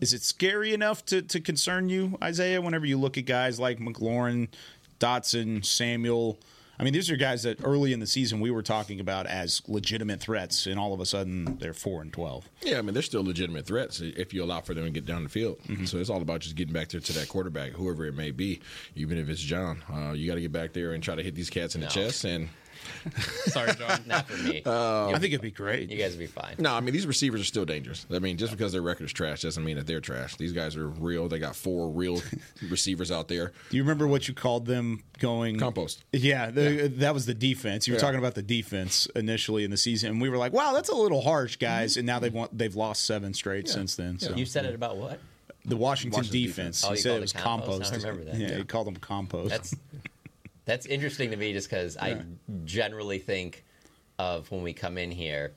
is it scary enough to to concern you, Isaiah? Whenever you look at guys like McLaurin, Dotson, Samuel. I mean, these are guys that early in the season we were talking about as legitimate threats, and all of a sudden they're four and twelve. Yeah, I mean they're still legitimate threats if you allow for them to get down the field. So it's all about just getting back there to that quarterback, whoever it may be, even if it's John. Uh, you got to get back there and try to hit these cats in the No. chest. And Sorry, John, not for me. Uh, I think it'd be great. You guys would be fine. no, I mean these receivers are still dangerous. I mean just because their record is trash doesn't mean that they're trash. These guys are real. They got four real receivers out there. Do you remember what you called them going compost? Yeah, the, that was the defense. You were Yeah. talking about the defense initially in the season, and we were like, "Wow, that's a little harsh, guys." And now they've won, they've lost seven straight since then. So You said it about what? the Washington, Washington defense. defense. Oh, he you said called it it was compost. compost. I remember that. Yeah, Yeah. he called them compost. That's that's interesting to me, just because I generally think of when we come in here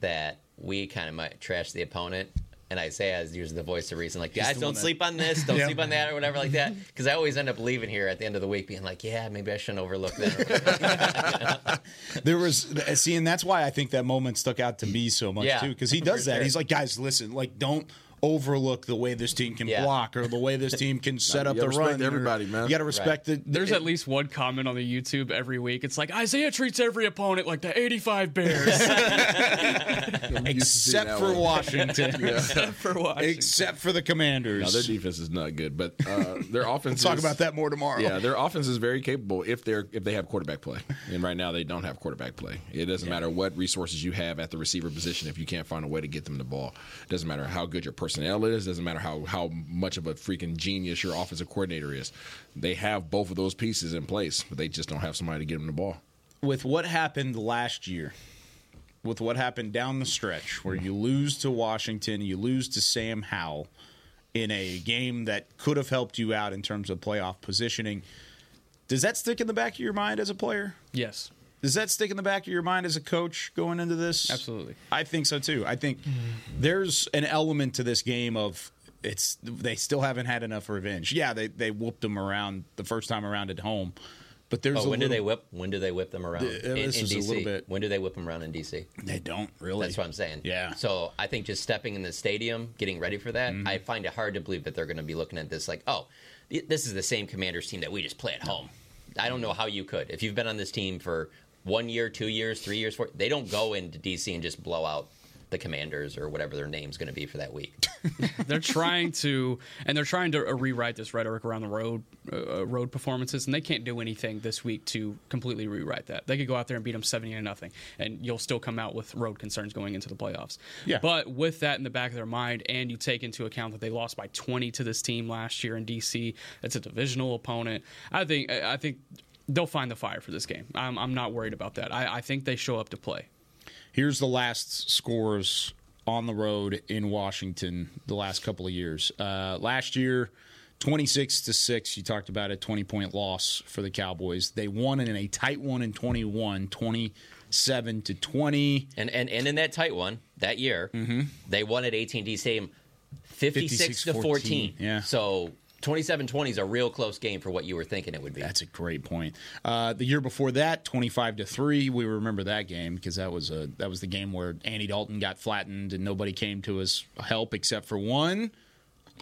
that we kind of might trash the oppononent, and Isaiah is usually the voice of reason, like He's guys, the don't one that- sleep on this, don't Yeah. sleep on that, or whatever like that. Because I always end up leaving here at the end of the week being like, yeah, maybe I shouldn't overlook that. there was see, and that's why I think that moment stuck out to me so much Yeah, too, because he for does that. sure. He's like, guys, listen, like don't overlook the way this team can block or the way this team can set you up gotta the respect run. or- everybody, You got to respect the. There's at least one comment on the YouTube every week. It's like Isaiah treats every opponent like the 85 Bears. except that for one. Washington. Yeah. Except for Washington. Except for the Commanders. No, their defense is not good, but uh, their offense. We'll talk is- about that more tomorrow. Yeah, their offense is very capable if they're if they have quarterback play, and right now they don't have quarterback play. It doesn't matter what resources you have at the receiver position if you can't find a way to get them the ball. It doesn't matter how good your personnel is. Doesn't matter how how much of a freaking genius your offensive coordinator is. They have both of those pieces in place, but they just don't have somebody to get them the ball. with what happened last year, with what happened down the stretch, where you lose to Washington, you lose to Sam Howell in a game that could have helped you out in terms of playoff positioning, does that stick in the back of your mind as a player? Yes. Does that stick in the back of your mind as a coach going into this? Absolutely. I think so too. I think there's an element to this game of it's they still haven't had enough revenge. Yeah, they they whooped them around the first time around at home, but there's but a Oh, when do little- they whip? When do they whip them around? Th- this is a DC? little bit- When do they whip them around in DC? They don't really. That's what I'm saying. Yeah. Mm-hmm. So I think just stepping in the stadium, getting ready for that, I find it hard to believe that they're going to be looking at this like, oh, th- this is the same Commanders team that we just play at home. I don't know how you could. If you've been on this team for one year, two years, three years, four, they don't go into DC and just blow out the Commanders or whatever their name's going to be for that week. they're trying to and they're trying to uh, rewrite this rhetoric around the road uh, uh, road performances and they can't do anything this week to completely rewrite that they could go out there and beat them 70 to nothing and you'll still come out with road concerns going into the playoffs Yeah. but with that in the back of their mind and you take into account that they lost by 20 to this team last year in dc it's a divisional opponent i think i I think they'll find the fire for this game. I'm, I'm not worried about that. I, I think they show up to play. Here's the last scores on the road in Washington the last couple of years. Uh, last year, 26 to 6, you talked about a 20 point loss for the Cowboys. They won in a tight one in 21, 27 to 20. And and, and in that tight one that year, Mm-hmm. they won at AT&T Stadium 56, to 14. 14, yeah. So 27-20 is a real close game for what you were thinking it would be. That's a great point. Uh, the year before that, 25 to 3, we remember that game because that was a that was the game where Andy Dalton got flattened and nobody came to his help except for one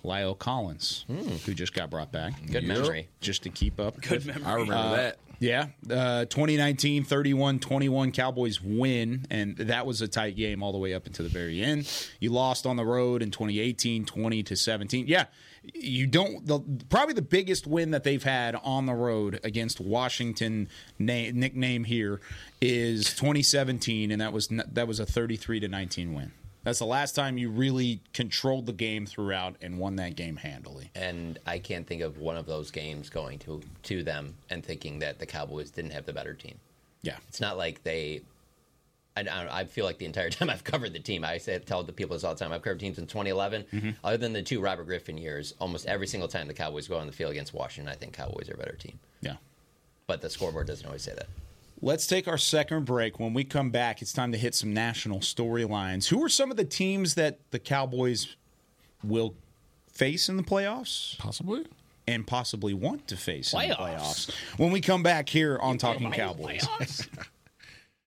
Lyle Collins, who just got brought back. Hmm. Good memory. Just to keep up. Good with- memory. I remember that. Yeah. Uh, 2019, 31 21 Cowboys win. And that was a tight game all the way up until the very end. You lost on the road in 2018, 20 to 17. Yeah. You don't, the, probably the biggest win that they've had on the road against Washington, na- nickname here, is 2017. And that was, n- that was a 33 to 19 win. That's the last time you really controlled the game throughout and won that game handily. And I can't think of one of those games going to to them and thinking that the Cowboys didn't have the better team. Yeah. It's not like they. I, I I feel like the entire time I've covered the team, I say tell the people this all the time. I've covered teams in 2011, other than the two Robert Griffin years. Almost every single time the Cowboys go on the field against Washington, I think Cowboys are a better team. Yeah. But the scoreboard doesn't always say that. Let's take our second break. When we come back, it's time to hit some national storylines. Who are some of the teams that the Cowboys will face in the playoffs? Possibly. And possibly want to face in the Playoffs? playoffs. When we come back here on Talking Cowboys.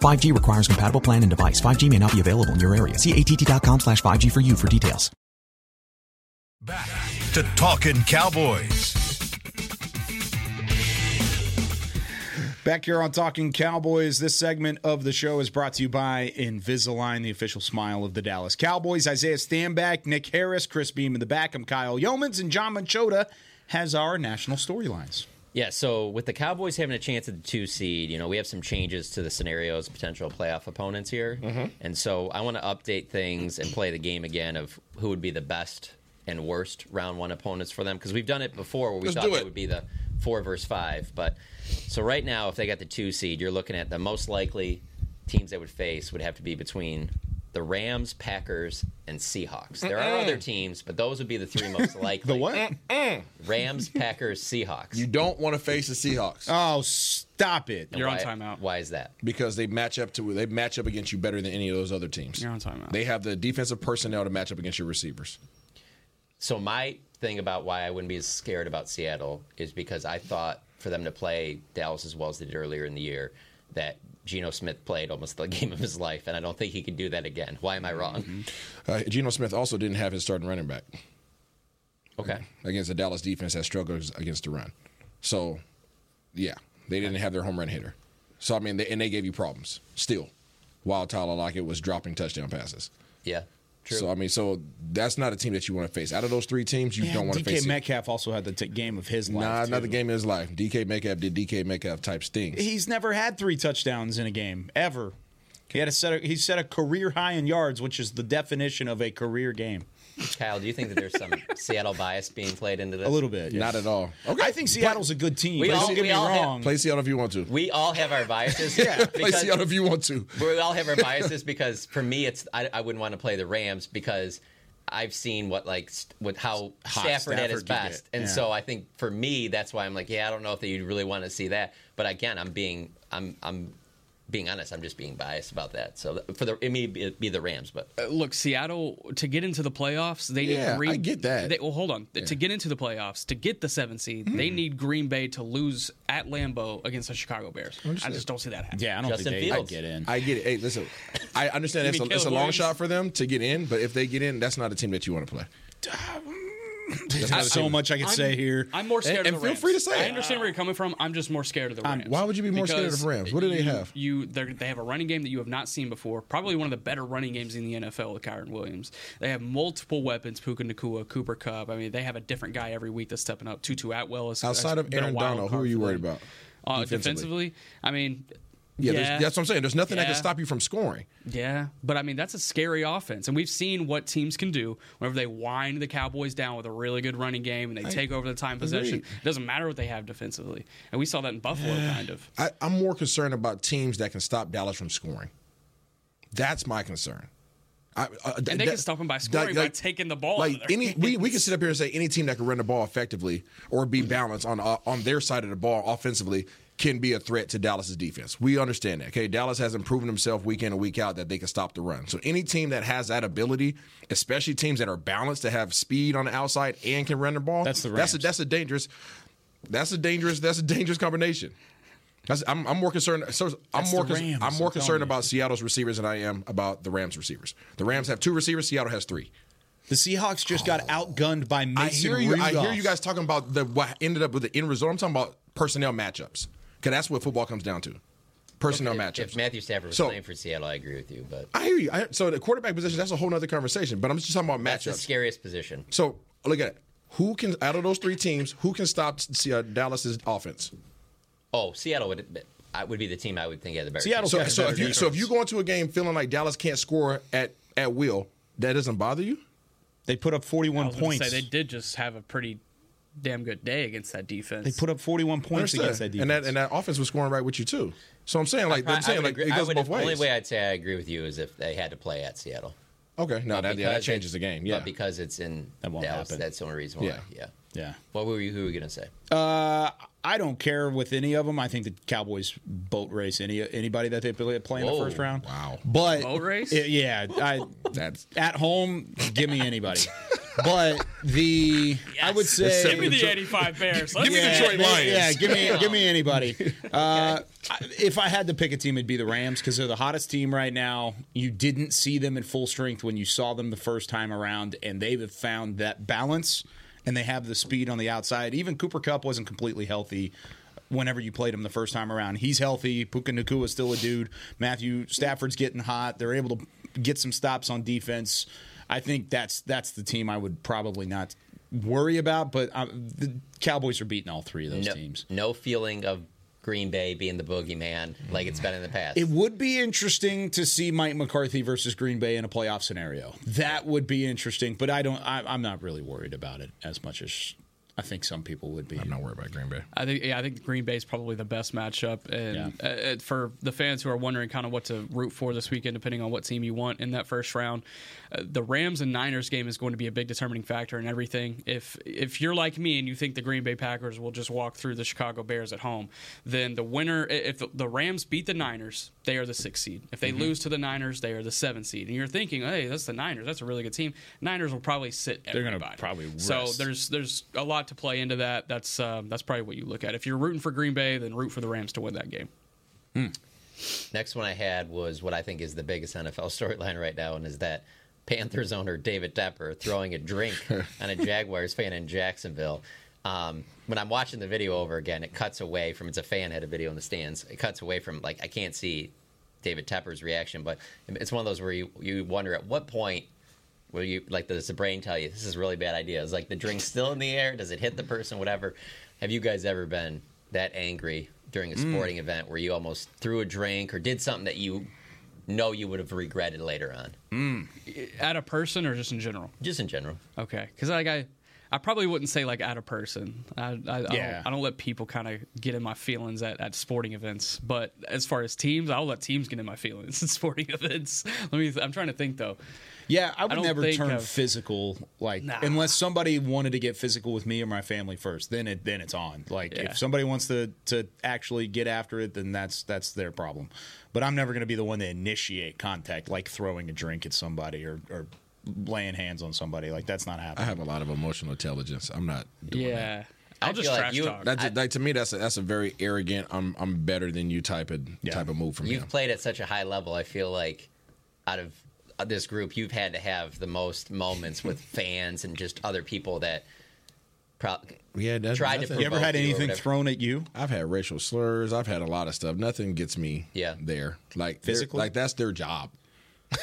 5G requires compatible plan and device. 5G may not be available in your area. See att.com slash 5G for you for details. To Talking Cowboys. Back here on Talking Cowboys, this segment of the show is brought to you by Invisalign, the official smile of the Dallas Cowboys. Isaiah Standback, Nick Harris, Chris Beam in the back. I'm Kyle Yeomans, and John Manchota has our national storylines. Yeah, so with the Cowboys having a chance at the two seed, you know, we have some changes to the scenarios, potential playoff opponents here. Mhm. And so I want to update things and play the game again of who would be the best and worst round one opponents for them because we've done it before where we Let's thought do it. it. would be the four versus five. But so right now, if they got the two seed, you're looking at the most likely teams they would face would have to be between the Rams, Packers, and Seahawks. There are Mm-mm. other teams, but those would be the three most likely. the what? Rams, Packers, Seahawks. You don't want to face the Seahawks. Oh, stop it! And You're on why- timeout. Why is that? Because they match up to they match up against you better than any of those other teams. You're on timeout. They have the defensive personnel to match up against your receivers. So my thing about why I wouldn't be as scared about Seattle is because I thought for them to play Dallas as well as they did earlier in the year that Geno Smith played almost the game of his life, and I don't think he can do that again. Why am I wrong? Uh, Geno Smith also didn't have his starting running back. Okay. Against the Dallas defense that struggles against the run. So, yeah, they didn't have their home run hitter. So, I mean, they, and they gave you problems still while Tyler Lockett was dropping touchdown passes. Yeah. So, I mean, so that's not a team that you want to face. Out of those three teams, you Man, don't want to DK face. it. Metcalf also had the t- game of his life. Nah, too. another game in his life. DK Metcalf did DK Metcalf types things. He's never had three touchdowns in a game ever. He had a set. A, he set a career high in yards, which is the definition of a career game. Kyle, do you think that there's some Seattle bias being played into this? A little bit, yes. Not at all. Okay. I think Seattle's a good team. We but all- don't get we me all have- wrong. Play Seattle if you want to. We all have our biases. Yeah, play Seattle if you want to. We all have our biases because for me, it's I, I wouldn't want to play the Rams because I've seen what like st- with how Hot Stafford, at his Stafford can best, get, and yeah. so I think for me that's why I'm like, yeah, I don't know if you really want to see that. But again, I'm being I'm I'm being honest. I'm just being biased about that. So th- for the it may be, be the Rams, but Uh, Look, Seattle to get into the playoffs, they Yeah, need Green. I get that. They, well, hold on. Yeah. Hmm. To get into the playoffs, to get the seven seed, they need Green Bay to lose at Lambeau against the Chicago Bears. I just don't see that happening. I get it. Hey, listen, I understand You it's a, mean it's a Caleb long Williams? shot for them to get in, but if they get in, that's not a team that you want to play. That's not a so team- much I could say here. I'm more scared of And- and the feel Rams. free to say I it. understand where you're coming from. I'm just more scared of the I'm- Rams. why would you be more scared of the Because Rams? What do they you- have? You they're- they have a running game that you have not seen before. Probably one of the better running games in the NFL with Kyron Williams. They have multiple weapons: Puka Nakua, Cooper Cup. I mean, they have a different guy every week that's stepping up. Tutu Atwell is Outside has of been a Aaron wild Donald, who card are you for worried them. about? Uh, defensively. defensively? I mean, yeah, Yeah, there's- that's what I'm saying. There's nothing that can Yeah. stop you from scoring. Yeah, but I mean that's a scary offense, and we've seen what teams can do whenever they wind the Cowboys down with a really good running game and they I take over the time possession. agree. It doesn't matter what they have defensively, and we saw that in Buffalo, kind of. I, I'm more concerned about teams that can stop Dallas from scoring. That's my concern. I, uh, And they can stop them by scoring by taking the ball out Like of their any, we, we can sit up here and say any team that can run the ball effectively or be balanced on uh, on their side of the ball offensively can be a threat to Dallas's defense. We understand that. Okay, Dallas hasn't proven himself week in and week out that they can stop the run. So any team that has that ability, especially teams that are balanced to have speed on the outside and can run the ball, that's the that's a, that's a dangerous. That's a dangerous. That's a dangerous combination. That's, I'm, I'm more concerned. So I'm That's more. the cons- Rams, I'm more I'm telling concerned you. about Seattle's receivers than I am about the Rams receivers. The Rams have two receivers. Seattle has three. The Seahawks just got outgunned by Mason Oh. I hear you. I hear Rudolph. you guys talking about the what ended up with the end result. I'm talking about personnel matchups. Cause that's what football comes down to. Personnel if, matchups. if Matthew Stafford was So- playing for Seattle, I agree with you, but I hear you. I, so the quarterback position. That's a whole nother conversation. But I'm just talking about that's the matchups. scariest position. So look at it. Who can out of those three teams? Who can stop Se- uh, Dallas's offense? Oh, Seattle would I would be the team I would think had the better. So, chance. so if you so if you go into a game feeling like Dallas can't score at at will, that doesn't bother you. They put up I 41 was going to points. say they did just have a pretty damn good day against that defense. They put up 41 points against that defense. and that and that offense was scoring right with you too. So I'm saying like I I'm saying would like agree- it I goes would- both The only ways. way I'd say I agree with you is if they had to play at Seattle. okay, no, that, yeah, that Because it- changes the game. Yeah, but because it's in Dallas, that's the only reason why. Yeah. Yeah. yeah, What were you? Who were you gonna say? Uh, I don't care with any of them. I think the Cowboys boat race any anybody that they play, play in the Whoa, first round. Wow, but Boat race? I- yeah, I that's at home. Give me anybody. but the I would say give me the 85 Bears. Let's Give me go. Detroit Lions. Yeah, give me give me anybody. Uh, I- If I had to pick a team, it'd be the Rams because they're the hottest team right now. You didn't see them in full strength when you saw them the first time around, and they've found that balance and they have the speed on the outside. Even Cooper Cup wasn't completely healthy. Whenever you played him the first time around, he's healthy. Puka Nakua's still a dude. Matthew Stafford's getting hot. They're able to get some stops on defense. I think that's that's the team I would probably not worry about, but um, the Cowboys are beating all three of those no, teams. no feeling of Green Bay being the boogeyman like it's Mm. been in the past. It would be interesting to see Mike McCarthy versus Green Bay in a playoff scenario. That would be interesting, but I don't. I, I'm not really worried about it as much as I think some people would be. I'm not worried about Green Bay. I think yeah, I think Green Bay is probably the best matchup, and uh, uh, for the fans who are wondering kind of what to root for this weekend, depending on what team you want in that first round, uh, the Rams and Niners game is going to be a big determining factor in everything. If if you're like me and you think the Green Bay Packers will just walk through the Chicago Bears at home, then the winner, i- if the, the Rams beat the Niners, they are the sixth seed. If they Mhm. lose to the Niners, they are the seventh seed. And you're thinking, hey, that's the Niners. That's a really good team. Niners will probably sit. They're gonna Everybody. probably so rest. there's there's a lot to play into that. That's um, that's probably what you look at. If you're rooting for Green Bay, then root for the Rams to win that game. Next one I had was what I think is the biggest NFL storyline right now, and is that Panthers owner David Tepper throwing a drink on a Jaguars fan in Jacksonville. Um, when I'm watching the video over again, it cuts away from it's a fan had a video in the stands. It cuts away from like I can't see David Tepper's reaction, but it's one of those where you, you wonder at what point will you like does the brain tell you this is a really bad idea? Is like the drink still in the air? Does it hit the person? Whatever. Have you guys ever been that angry during a Mm. sporting event where you almost threw a drink or did something that you know you would have regretted later on? At a person or just in general? Just in general. Okay, because like I, I probably wouldn't say like at a person. I I, I, Yeah. don't, I don't let people kind of get in my feelings at, at sporting events. But as far as teams, I'll let teams get in my feelings at sporting events. Let me. I'm trying to think though. Yeah, I would don't never think turn of- physical like Nah. unless somebody wanted to get physical with me or my family first. Then it then it's on. Like Yeah. if somebody wants to to actually get after it, then that's that's their problem. But I'm never going to be the one to initiate contact, like throwing a drink at somebody or or laying hands on somebody. Like that's not I happening. have a lot of emotional intelligence. I'm not doing that. Yeah, I'll just feel like trash you- talk. That's a, like to me. That's a, that's a very arrogant. I'm I'm better than you type of type of move from You've him. played at such a high level. I feel like out of uh, this group, you've had to have the most moments with fans and just other people that. Pro- Yeah, that, tried to. nothing- provoke or whatever. at you? I've had racial slurs. I've had a lot of stuff. Nothing gets me. Yeah. there like they're- Physically? Like that's their job.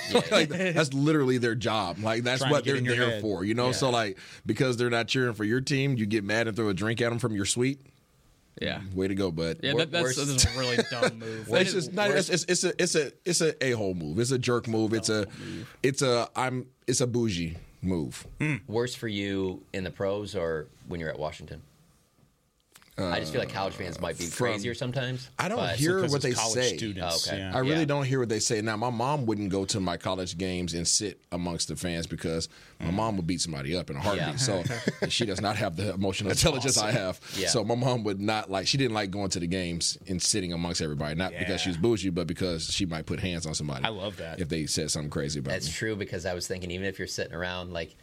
like, that's literally their job. Like that's Trying to what get they're in your there head. for. You know. Yeah. So like because they're not cheering for your team, you get mad and throw a drink at them from your suite. Yeah. Way to go, bud. Yeah, that, that's, that's a really dumb move. Well, it's just not, it's, it's, it's a it's a it's a a hole move. It's a jerk move. It's a it's a I'm it's a bougie move. Worse for you in the pros or when you're at Washington? I just feel like college fans might be from- crazier sometimes. I don't but- hear what they say. Oh, okay. I really Yeah. don't hear what they say. Now, my mom wouldn't go to my college games and sit amongst the fans because my mom would beat somebody up in a heartbeat. Mm. Yeah. So she does not have the emotional intelligence I awesome. have. Yeah. So my mom would not like. She didn't like going to the games and sitting amongst everybody, not because she was bougie, but because she might put hands on somebody. I love that if they said something crazy about That's me. true because I was thinking even if you're sitting around like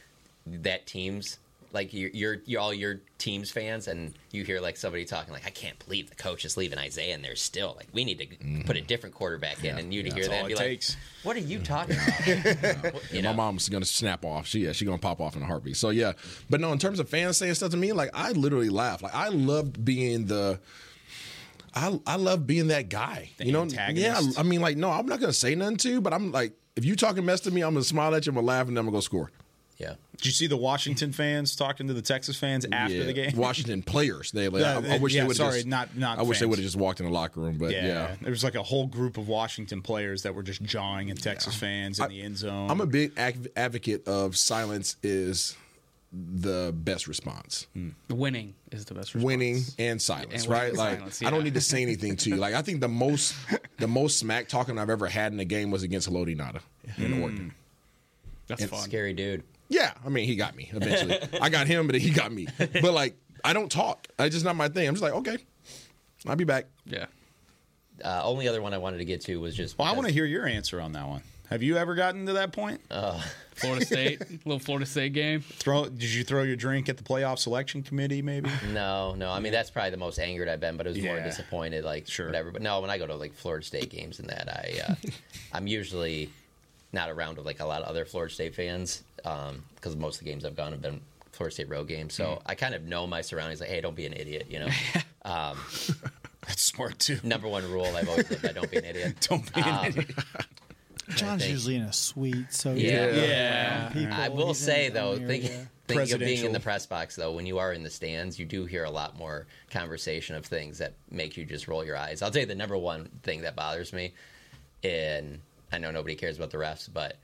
that team's like you're, you're you're all your team's fans and you hear like somebody talking like I can't believe the coach is leaving Isaiah and there's still like we need to put a different quarterback in and you to Mm-hmm. Yeah. hear That's that all and be it like takes. Mm-hmm. what are you talking about Yeah, my mom's gonna snap off. She yeah, she gonna pop off in a heartbeat. So yeah, but no, in terms of fans saying stuff to me, like I literally laugh. Like I loved being the. I I love being that guy. you know, antagonist. yeah. I mean, like, no, I'm not gonna say nothing to you, but I'm like, if you talking mess to me, I'm gonna smile at you, I'm gonna laugh, and then I'm gonna go score. Yeah. Did you see the Washington fans talking to the Texas fans after Yeah. the game? Washington players. They like, Yeah, I, I wish yeah, they would. sorry, just, not- not I wish they fans. would have just walked in the locker room, but yeah. there was like a whole group of Washington players that were just jawing at Texas fans in the end zone. I'm a big ac- advocate of silence is the best response. Winning is the best. winning and silence, And winning right? and Like silence, I don't yeah. need to say anything to you. Like I think the most the most smack talking I've ever had in a game was against Haloti Nada in Mm. Oregon. That's And- fun. scary dude Yeah, I mean he got me eventually. I got him, but he got me. But like I don't talk. It's just not my thing. I'm just like okay, I'll be back. yeah uh, only other one I wanted to get to was just Well, I want to hear your answer on that one. Have you ever gotten to that point? Uh. Florida State, little Florida State game. Throw? Did you throw your drink at the playoff selection committee? Maybe. No, no. I mean, that's probably the most angered I've been, but it was more Yeah. disappointed, like whatever. But no, when I go to like Florida State games and that, I uh, I'm usually not around with like a lot of other Florida State fans because most of the games I've gone have been Florida State road games. So Mm. Mhm. I kind of know my surroundings. Like, hey, don't be an idiot, you know. Um, that's smart too. Number one rule I've always lived by: don't be an idiot. don't be an idiot. John's think- usually in a suite, so he's Yeah. not really around people. I will He's in say his though, own think, area. thinking of being in Presidential. the press box though, when you are in the stands, you do hear a lot more conversation of things that make you just roll your eyes. I'll tell you the number one thing that bothers me, and I know nobody cares about the refs, but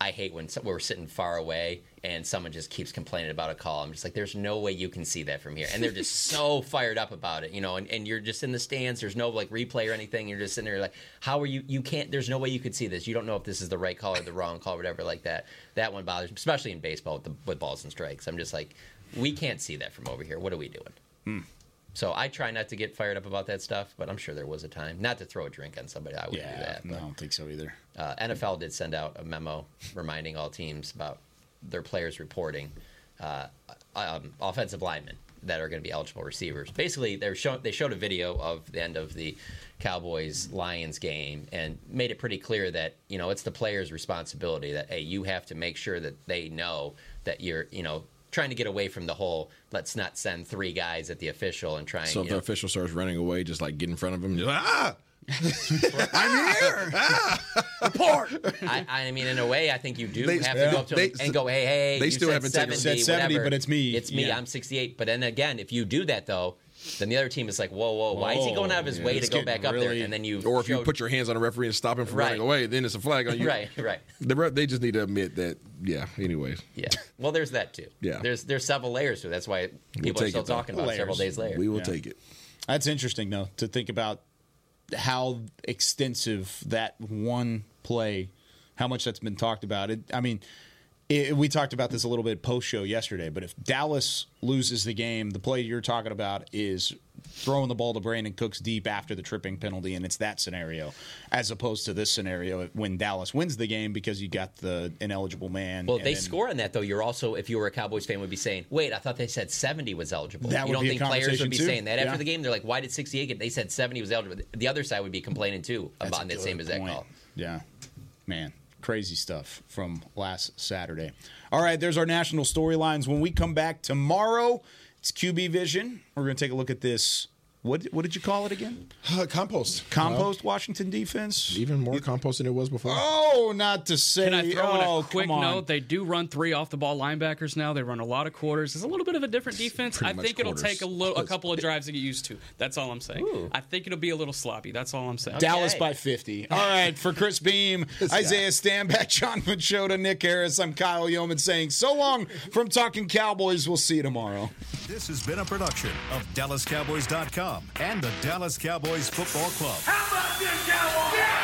I hate when some, we're sitting far away and someone just keeps complaining about a call. I'm just like, there's no way you can see that from here. And they're just so fired up about it, you know, and, and you're just in the stands. There's no like replay or anything. You're just sitting there like, how are you? You can't, there's no way you could see this. You don't know if this is the right call or the wrong call, whatever like that. That one bothers me, especially in baseball with, the, with balls and strikes. I'm just like, we can't see that from over here. What are we doing? So I try not to get fired up about that stuff, but I'm sure there was a time not to throw a drink on somebody. I would not do that. I don't think so either. Uh, NFL did send out a memo reminding all teams about their players reporting uh, um, offensive linemen that are going to be eligible receivers. Basically, they showing they showed a video of the end of the Cowboys Lions game and made it pretty clear that you know it's the player's responsibility that hey you have to make sure that they know that you're you know trying to get away from the whole let's not send three guys at the official and trying So if you the know, official starts running away, just like get in front of him. Just, ah, I, I mean, in a way, I think you do They- have yeah. to go up to they- them and go, hey, hey. they you still said haven't taken- 70, Said 70, whatever. but it's me." It's me. Yeah. I'm 68. But then again, if you do that though, then the other team is like, whoa, whoa, why is he going out of his Oh, Yeah, way it's to go getting back up really- there? And then you, or if you showed- put your hands on a referee and stop him from Right. running away, then it's a flag on you. right, right. The ref, they just need to admit that. Yeah. Anyways. Yeah. Well, there's that too. Yeah. There's there's several layers to it. That's why people are still though. talking about it several days later. Yeah. it. That's interesting though to think about how extensive that one play, how much that's been talked about. It, I mean, it, we talked about this a little bit post show yesterday, but if Dallas loses the game, the play you're talking about is throwing the ball to Brandon Cooks deep after the tripping penalty, and it's that scenario, as opposed to this scenario when Dallas wins the game because you got the ineligible man. Well, if and they then- score on that though. You're also, if you were a Cowboys fan, would be saying, "Wait, I thought they said 70 was eligible." That you would don't be a think players would be conversation, too. saying that after Yeah. the game? They're like, "Why did 68 get?" They said 70 was eligible. The other side would be complaining too That's about a that same good exact point. call. Yeah. Man, crazy stuff from last Saturday. All right, there's our national storylines. When we come back tomorrow, it's QB Vision. We're going to take a look at this. What, what did you call it again? compost. Compost Washington defense. Even more compost than it was before. Oh, not to say. Can I throw oh, in a quick come on. note? They do run three off the ball linebackers now. They run a lot of quarters. It's a little bit of a different defense. pretty I much think it'll quarters. take a little, a couple of drives to get used to. That's all I'm saying. I think it'll be a little sloppy. That's all I'm saying. Dallas by 50. All right, for Chris Beam, Isaiah Stanback, John Machota, Nick Harris, I'm Kyle Yeoman saying so long from Talking Cowboys. We'll see you tomorrow. This has been a production of DallasCowboys.com and the Dallas Cowboys Football Club. How about this, Cowboys? Yeah!